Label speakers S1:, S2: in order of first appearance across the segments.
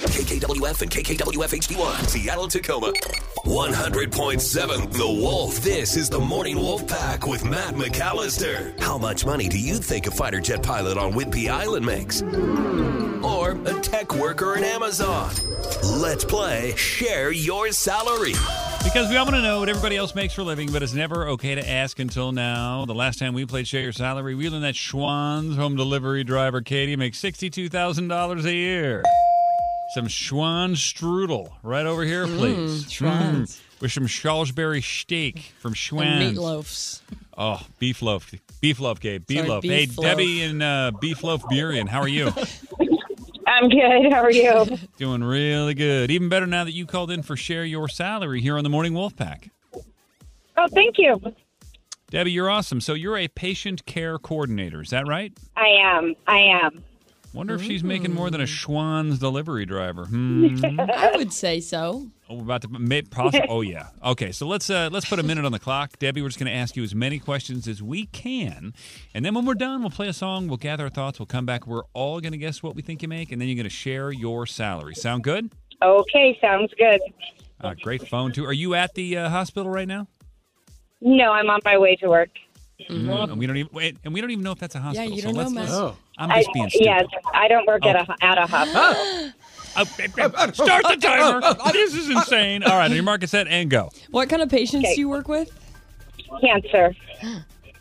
S1: KKWF and KKWF HD1, Seattle, Tacoma. 100.7 The Wolf. This is the Morning Wolf Pack with Matt McAllister. How much money do you think a fighter jet pilot on Whidbey Island makes? Or a tech worker in Amazon? Let's play Share Your Salary.
S2: Because we all want to know what everybody else makes for a living, but it's never okay to ask until now. The last time we played Share Your Salary, we learned that Schwann's home delivery driver Katie makes $62,000 a year. Some Schwann strudel right over here, please.
S3: Mm, Schwann's.
S2: Mm, With some Salisbury steak from
S3: And
S2: Schwann's.
S3: meatloafs.
S2: Oh, beef loaf. Beef loaf, Gabe. Beef
S3: Sorry,
S2: loaf.
S3: beef
S2: hey,
S3: loaf.
S2: Debbie and uh, Beef Loaf Burian, how are you?
S4: I'm good. How are you?
S2: Doing really good. Even better now that you called in for Share Your Salary here on the Morning Wolf Pack.
S4: oh, thank you.
S2: Debbie, you're awesome. So you're a patient care coordinator, is that right?
S4: I am. I am.
S2: Wonder if she's making more than a Schwann's delivery driver. Hmm.
S3: I would say so.
S2: oh, we're about to make possible. Oh yeah. Okay. So let's uh, let's put a minute on the clock, Debbie. We're just going to ask you as many questions as we can, and then when we're done, we'll play a song. We'll gather our thoughts. We'll come back. We're all going to guess what we think you make, and then you're going to share your salary. Sound good?
S4: Okay, sounds good.
S2: Uh, great phone too. Are you at the uh, hospital right now?
S4: No, I'm on my way to work.
S2: Mm, And we don't even wait, and we don't even know if that's a hospital.
S3: you
S2: so
S3: don't know,
S2: let's-
S3: Matt.
S2: let's-
S3: Oh.
S2: I'm
S4: I,
S2: just being stupid. Oh.
S4: yes, I don't work at a at a hospital.
S2: Uh, uh, Start the timer. This is insane. All right, on your market set and go.
S3: What kind of patients
S4: Okay.
S3: do you work with?
S4: Cancer.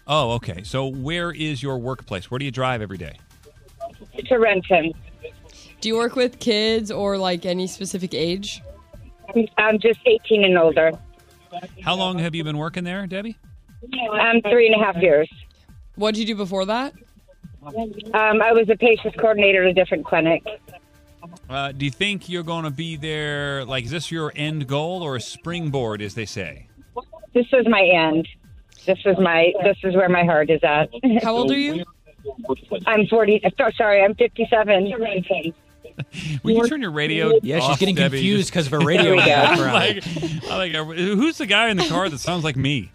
S2: Oh, okay. So where is your workplace? Where do you drive every day?
S4: To Renton.
S3: Do you work with kids or like any specific age?
S4: I'm just 18 and older.
S2: How long have you been working there, Debbie?
S4: I'm three and a half years.
S3: What did you do before that?
S4: Um, I was a patient coordinator at a different clinic.
S2: Uh, do you think you're going to be there? Like, is this your end goal or a springboard, as they say?
S4: This was my end. This is my. This is where my heart is at.
S3: How old are you?
S4: I'm 40. oh, Sorry, I'm 57.
S2: We can turn your radio.
S5: Yeah, she's
S2: off,
S5: getting
S2: Debbie.
S5: confused because of her radio in the background.
S2: Like, I like, uh, who's the guy in the car that sounds like me?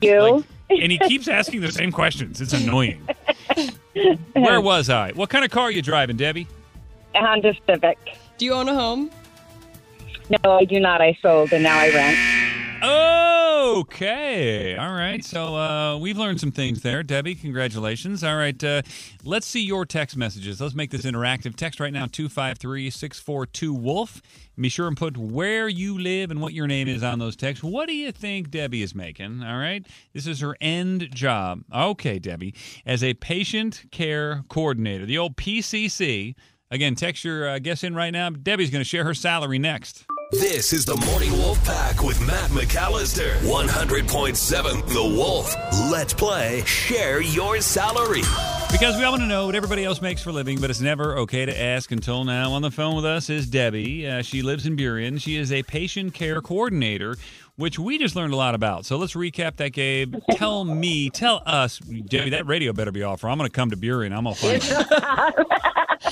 S4: You.
S2: Like, and he keeps asking the same questions. It's annoying. Where was I? What kind of car are you driving, Debbie?
S4: A Honda Civic.
S3: Do you own a home?
S4: No, I do not. I sold, and now I rent.
S2: Okay. All right. So uh, we've learned some things there. Debbie, congratulations. All right. Uh, let's see your text messages. Let's make this interactive. Text right now 253 642 Wolf. Be sure and put where you live and what your name is on those texts. What do you think Debbie is making? All right. This is her end job. Okay, Debbie. As a patient care coordinator, the old PCC. Again, text your uh, guess in right now. Debbie's going to share her salary next.
S1: This is the Morning Wolf Pack with Matt McAllister. 100.7 The Wolf. Let's play Share Your Salary.
S2: Because we all want to know what everybody else makes for a living, but it's never okay to ask until now. On the phone with us is Debbie. Uh, she lives in Burien. She is a patient care coordinator, which we just learned a lot about. So let's recap that, Gabe. Tell me, tell us, Debbie, that radio better be off, or I'm going to come to Burien. I'm going to find it.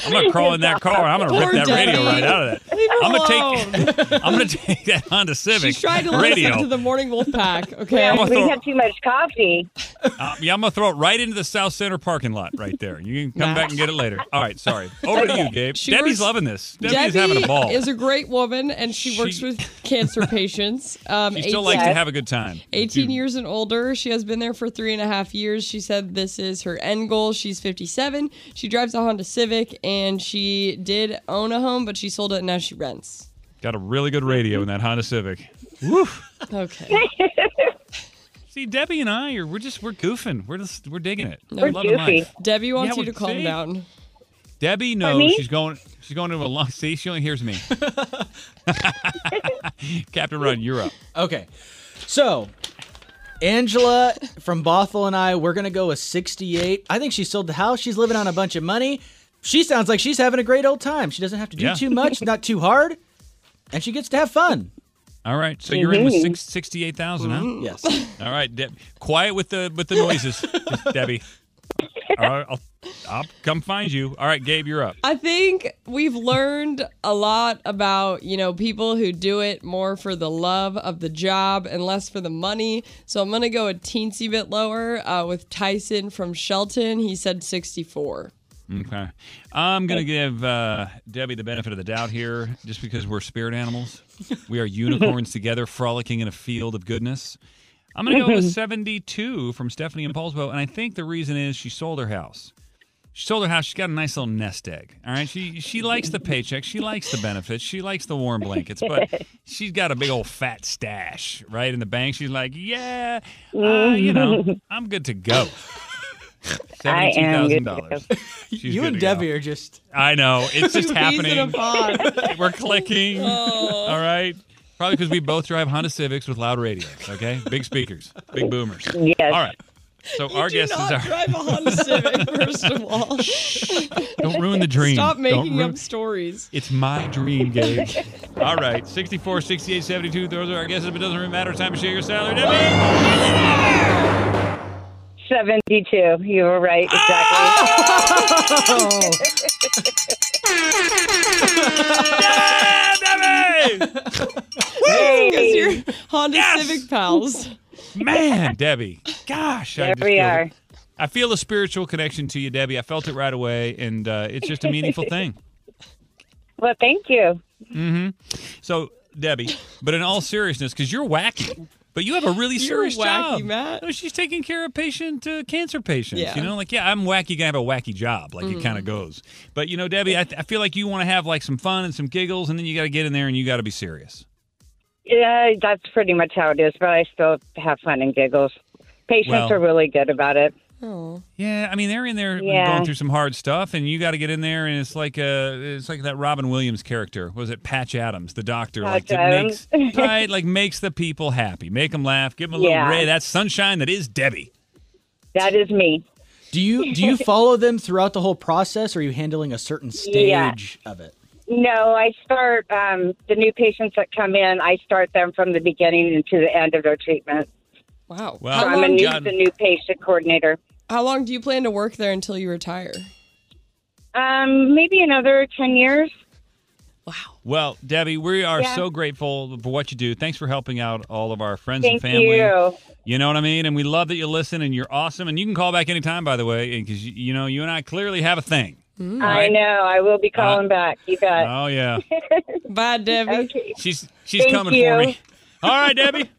S2: I'm going to crawl in that car. and I'm going to
S3: Poor
S2: rip that radio
S3: Debbie.
S2: right out of that.
S3: Leave her
S2: I'm
S3: alone.
S2: going to take. I'm going to take that Honda Civic
S3: She's trying to
S2: radio.
S3: listen to the Morning Wolf Pack. Okay.
S2: I'm a-
S4: We had too much coffee.
S2: Uh, yeah, I'm gonna throw it right into the South Center parking lot right there. You can come
S3: Nah.
S2: back and get it later. All right, sorry. Over to you, Gabe.
S3: She
S2: Debbie's
S3: works-
S2: loving this. Debbie,
S3: Debbie
S2: is having a ball.
S3: is a great woman, and she,
S2: She-
S3: works with cancer patients. Um,
S2: she still
S3: 18
S2: likes to have a good time.
S3: 18 years and older. She has been there for three and a half years. She said this is her end goal. She's 57. She drives a Honda Civic and she did own a home, but she sold it and now she rents.
S2: Got a really good radio in that Honda Civic.
S3: Okay.
S2: See, Debbie and I are we're just we're goofing. We're just we're digging it.
S4: We're
S2: loving
S4: goofy.
S2: life.
S3: Debbie wants
S2: Yeah,
S3: you to
S2: well,
S3: calm
S2: see?
S3: down.
S2: Debbie knows
S4: me?
S2: she's going she's going to a long see, she only hears me. Captain Run, you're up.
S5: Okay. So, Angela from Bothell and I, we're going to go with 68. I think she sold the house. She's living on a bunch of money. She sounds like she's having a great old time. She doesn't have to do
S2: Yeah.
S5: too much, not too hard, and she gets to have fun.
S2: All right, so you're in with six, 68,000, huh?
S5: Yes.
S2: All right, Deb, quiet with the with the noises, Debbie. All right, I'll, I'll come find you. All right, Gabe, you're up.
S3: I think we've learned a lot about, you know, people who do it more for the love of the job and less for the money. So I'm going to go a teensy bit lower uh, with Tyson from Shelton. He said 64.
S2: Okay. I'm going to give uh, Debbie the benefit of the doubt here just because we're spirit animals. We are unicorns together, frolicking in a field of goodness. I'm going to go with 72 from Stephanie and Paulsbo. And I think the reason is she sold her house. She sold her house. She's got a nice little nest egg. All right. She she likes the paycheck. She likes the benefits. She likes the warm blankets. But she's got a big old fat stash right in the bank. She's like, yeah, uh, you know, I'm good to go.
S4: Mm. I am good to go.
S2: $72,000. She's
S5: you
S2: good
S5: and
S2: to go.
S5: Debbie are just
S2: I know. It's just
S3: He's in a Oh.
S2: happening.
S3: pod.
S2: We're clicking. All right. Probably because we both drive Honda Civics with loud radios, okay? Big speakers, big boomers. Yes. All right. So our
S3: Do
S2: guest is
S3: not
S2: our.
S3: drive a Honda Civic, first of all.
S2: Don't ruin the dream.
S3: Stop
S2: Don't
S3: making
S2: ruin-
S3: up stories.
S2: It's my dream, Gabe. All right. 64, 68, 72. Those are our guesses, but it doesn't really matter. It's time to share your salary. Debbie!
S4: 72. You were right. Exactly.
S2: Ah! Yeah, Debbie!
S3: Because you're Honda
S2: Yes!
S3: Civic pals.
S2: Man, Debbie. Gosh. I
S4: There
S2: just
S4: we
S2: feel-
S4: are.
S2: I feel a spiritual connection to you, Debbie. I felt it right away, and uh, it's just a meaningful thing.
S4: Well, thank you.
S2: So, Debbie, but in all seriousness, because you're wacky, but you have a really serious
S3: wacky,
S2: job.
S3: Matt.
S2: No, she's taking care of patient uh, cancer patients.
S3: Yeah. Mm-hmm.
S2: You know, like yeah, I'm wacky. I have a wacky job. Like it kind of goes. But you know, Debbie, I, th- I feel like you want to have like some fun and some giggles, and then you got to get in there and you got to be serious.
S4: Yeah, that's pretty much how it is, but I still have fun and giggles. Patients
S2: Well-
S4: are really good about it.
S2: Yeah, I mean they're in there
S4: Yeah.
S2: going through some hard stuff, and you got to get in there, and it's like uh it's like that Robin Williams character. Was it Patch Adams, the doctor?
S4: Patch
S2: like that
S4: Adams.
S2: makes right, like makes the people happy, make them laugh, give them a little
S4: Yeah.
S2: ray. That sunshine that is Debbie.
S4: That is me.
S5: Do you do you follow them throughout the whole process, or are you handling a certain
S4: Yeah.
S5: stage of it?
S4: No, I start um, the new patients that come in. I start them from the beginning and to the end of their treatment.
S3: Wow.
S2: Wow.
S3: How,
S4: I'm a
S3: long,
S4: new,
S2: God.
S4: the new patient coordinator.
S3: how long do you plan to work there until you retire?
S4: Um, maybe another ten years.
S2: Well, Debbie, we are
S4: Yeah.
S2: so grateful for what you do. Thanks for helping out all of our friends and
S4: Thank
S2: family.
S4: you.
S2: You know what I mean? And we love that you listen, and you're awesome. And you can call back anytime, by the way, because you, you know you and I clearly have a thing.
S3: Mm.
S4: I know. I will
S2: Uh,
S4: be calling back. You bet.
S2: Oh yeah,
S3: Bye, Debbie.
S4: okay.
S2: she's she's
S4: Thank
S2: coming
S4: you.
S2: for me. All right, Debbie.